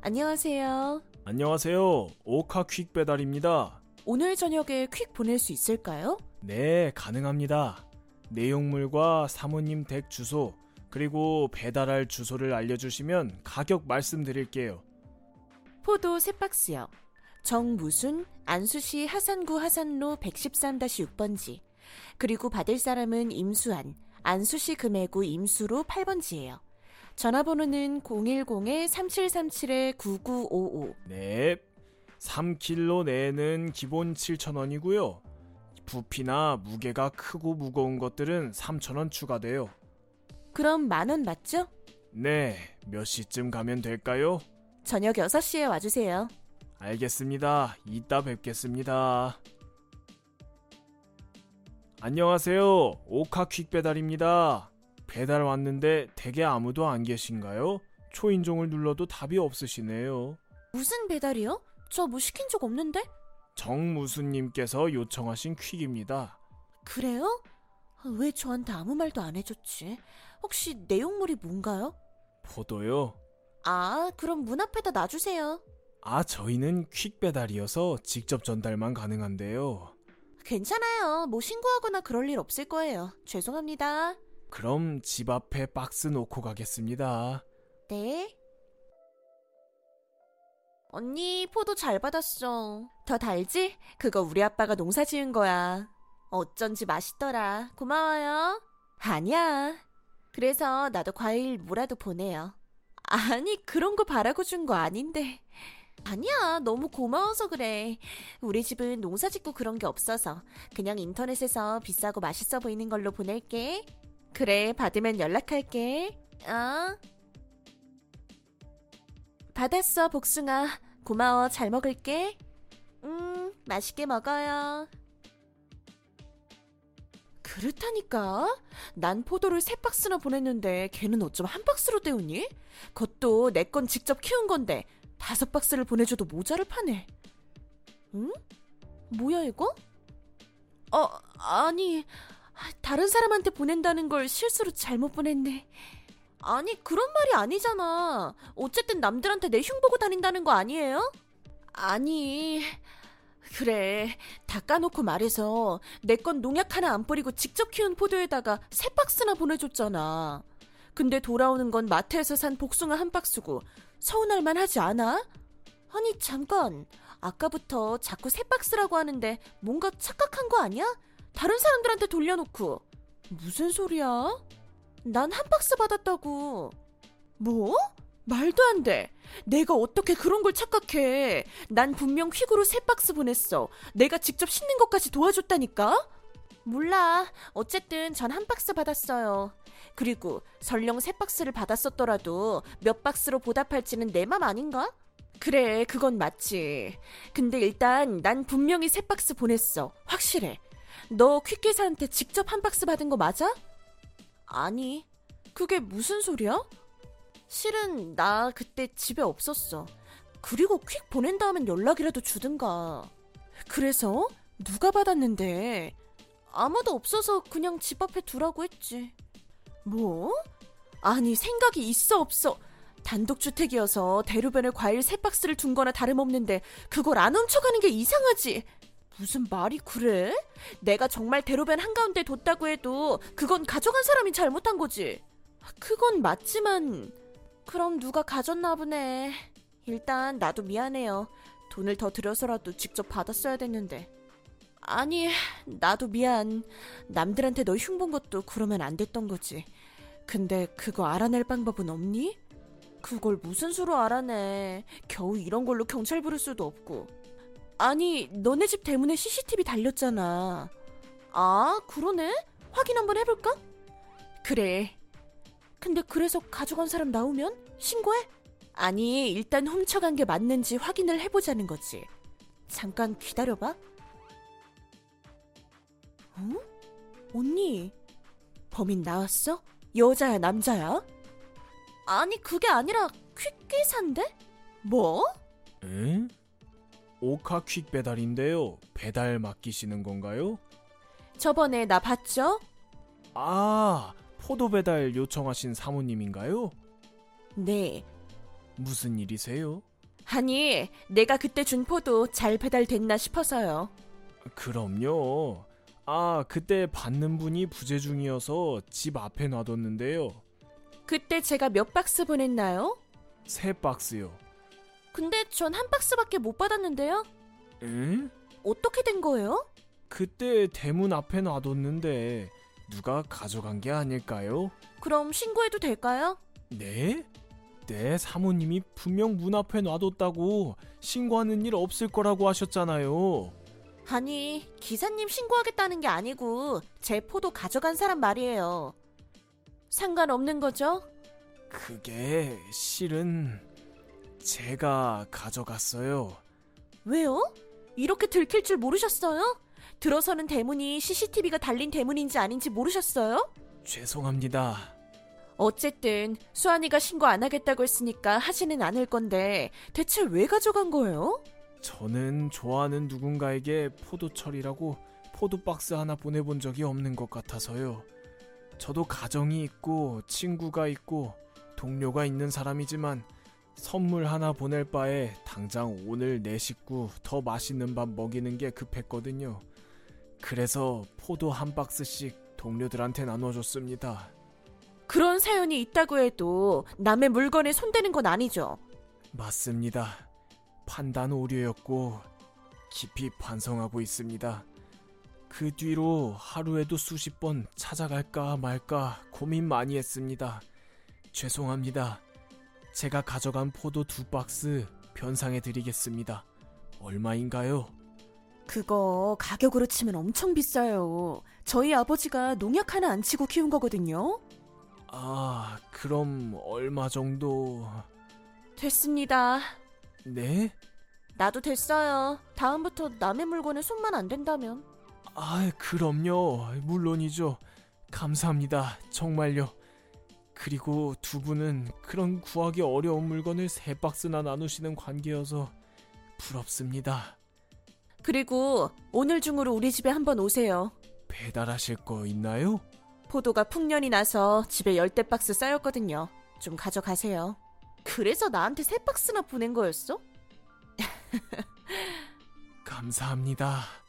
안녕하세요. 안녕하세요. 오카 퀵 배달입니다. 오늘 저녁에 퀵 보낼 수 있을까요? 네, 가능합니다. 내용물과 사모님 댁 주소, 그리고 배달할 주소를 알려주시면 가격 말씀드릴게요. 포도 3박스요. 정무순, 안수시 하산구 하산로 113-6번지. 그리고 받을 사람은 임수안, 안수시 금해구 임수로 8번지예요. 전화번호는 010-3737-9955. 네. 3kg 내에는 기본 7,000원이고요. 부피나 무게가 크고 무거운 것들은 3,000원 추가돼요. 그럼 만원 맞죠? 네, 몇 시쯤 가면 될까요? 저녁 6시에 와주세요. 알겠습니다. 이따 뵙겠습니다. 안녕하세요. 오카 퀵 배달입니다. 배달 왔는데 댁에 아무도 안 계신가요? 초인종을 눌러도 답이 없으시네요. 무슨 배달이요? 저 뭐 시킨 적 없는데? 정무수님께서 요청하신 퀵입니다. 그래요? 아, 왜 저한테 아무 말도 안 해줬지? 혹시 내용물이 뭔가요? 포도요. 아, 그럼 문 앞에다 놔주세요. 아, 저희는 퀵 배달이어서 직접 전달만 가능한데요. 괜찮아요. 뭐 신고하거나 그럴 일 없을 거예요. 죄송합니다. 그럼 집 앞에 박스 놓고 가겠습니다. 네. 언니, 포도 잘 받았어. 더 달지? 그거 우리 아빠가 농사 지은 거야. 어쩐지 맛있더라. 고마워요. 아니야. 그래서 나도 과일 뭐라도 보내요. 아니, 그런 거 바라고 준 거 아닌데. 아니야, 너무 고마워서 그래. 우리 집은 농사 짓고 그런 게 없어서 그냥 인터넷에서 비싸고 맛있어 보이는 걸로 보낼게. 그래, 받으면 연락할게. 어? 받았어, 복숭아. 고마워, 잘 먹을게. 음, 맛있게 먹어요. 그렇다니까. 난 포도를 세 박스나 보냈는데 걔는 어쩜 한 박스로 때우니? 그것도 내 건 직접 키운 건데 다섯 박스를 보내줘도 모자를 파네. 응? 뭐야 이거? 어, 아니 다른 사람한테 보낸다는 걸 실수로 잘못 보냈네. 아니 그런 말이 아니잖아. 어쨌든 남들한테 내 흉 보고 다닌다는 거 아니에요? 아니 그래 다 까놓고 말해서 내 건 농약 하나 안 뿌리고 직접 키운 포도에다가 세 박스나 보내줬잖아. 근데 돌아오는 건 마트에서 산 복숭아 한 박스고 서운할 만하지 않아? 아니 잠깐 아까부터 자꾸 세 박스라고 하는데 뭔가 착각한 거 아니야? 다른 사람들한테 돌려놓고 무슨 소리야? 난 한 박스 받았다고. 뭐? 말도 안 돼. 내가 어떻게 그런 걸 착각해. 난 분명 퀵으로 세 박스 보냈어. 내가 직접 씻는 것까지 도와줬다니까? 몰라. 어쨌든 전 한 박스 받았어요. 그리고 설령 세 박스를 받았었더라도 몇 박스로 보답할지는 내 맘 아닌가? 그래, 그건 맞지. 근데 일단 난 분명히 세 박스 보냈어. 확실해. 너 퀵계사한테 직접 한 박스 받은 거 맞아? 아니, 그게 무슨 소리야? 실은 나 그때 집에 없었어. 그리고 퀵 보낸 다음엔 연락이라도 주든가. 그래서 누가 받았는데 아무도 없어서 그냥 집 앞에 두라고 했지. 뭐? 아니 생각이 있어 없어. 단독주택이어서 대로변에 과일 세 박스를 둔 거나 다름없는데 그걸 안 훔쳐가는 게 이상하지. 무슨 말이 그래? 내가 정말 대로변 한가운데 뒀다고 해도 그건 가져간 사람이 잘못한 거지. 그건 맞지만 그럼 누가 가졌나 보네. 일단 나도 미안해요. 돈을 더 들여서라도 직접 받았어야 됐는데. 아니, 나도 미안. 남들한테 너 흉본 것도 그러면 안 됐던 거지. 근데 그거 알아낼 방법은 없니? 그걸 무슨 수로 알아내. 겨우 이런 걸로 경찰 부를 수도 없고. 아니, 너네 집 대문에 CCTV 달렸잖아. 아, 그러네? 확인 한번 해볼까? 그래. 근데 그래서 가져간 사람 나오면 신고해? 아니, 일단 훔쳐간 게 맞는지 확인을 해보자는 거지. 잠깐 기다려봐. 응? 언니, 범인 나왔어? 여자야, 남자야? 아니, 그게 아니라 퀵기사인데? 뭐? 응? 오카 퀵 배달인데요. 배달 맡기시는 건가요? 저번에 나 봤죠? 아, 포도 배달 요청하신 사모님인가요? 네, 무슨 일이세요? 아니, 내가 그때 준 포도 잘 배달됐나 싶어서요. 그럼요. 아, 그때 받는 분이 부재 중이어서 집 앞에 놔뒀는데요. 그때 제가 몇 박스 보냈나요? 세 박스요. 근데 전 한 박스밖에 못 받았는데요. 응? 어떻게 된 거예요? 그때 대문 앞에 놔뒀는데 누가 가져간 게 아닐까요? 그럼 신고해도 될까요? 네? 네, 사모님이 분명 문 앞에 놔뒀다고 신고하는 일 없을 거라고 하셨잖아요. 아니, 기사님 신고하겠다는 게 아니고 제 포도 가져간 사람 말이에요. 상관없는 거죠? 그게 실은 제가 가져갔어요. 왜요? 이렇게 들킬 줄 모르셨어요? 들어서는 대문이 CCTV가 달린 대문인지 아닌지 모르셨어요? 죄송합니다. 어쨌든 수환이가 신고 안 하겠다고 했으니까 하지는 않을 건데 대체 왜 가져간 거예요? 저는 좋아하는 누군가에게 포도철이라고 포도박스 하나 보내본 적이 없는 것 같아서요. 저도 가정이 있고 친구가 있고 동료가 있는 사람이지만 선물 하나 보낼 바에 당장 오늘 내 식구 더 맛있는 밥 먹이는 게 급했거든요. 그래서 포도 한 박스씩 동료들한테 나눠줬습니다. 그런 사연이 있다고 해도 남의 물건에 손대는 건 아니죠. 맞습니다. 판단 오류였고 깊이 반성하고 있습니다. 그 뒤로 하루에도 수십 번 찾아갈까 말까 고민 많이 했습니다. 죄송합니다. 제가 가져간 포도 두 박스 변상해 드리겠습니다. 얼마인가요? 그거 가격으로 치면 엄청 비싸요. 저희 아버지가 농약 하나 안 치고 키운 거거든요. 아, 그럼 얼마 정도? 됐습니다. 네? 나도 됐어요. 다음부터 남의 물건에 손만 안 된다면. 아, 그럼요. 물론이죠. 감사합니다. 정말요. 그리고 두 분은 그런 구하기 어려운 물건을 세 박스나 나누시는 관계여서 부럽습니다. 그리고 오늘 중으로 우리 집에 한번 오세요. 배달하실 거 있나요? 포도가 풍년이 나서 집에 열대 박스 쌓였거든요. 좀 가져가세요. 그래서 나한테 세 박스나 보낸 거였어? 감사합니다.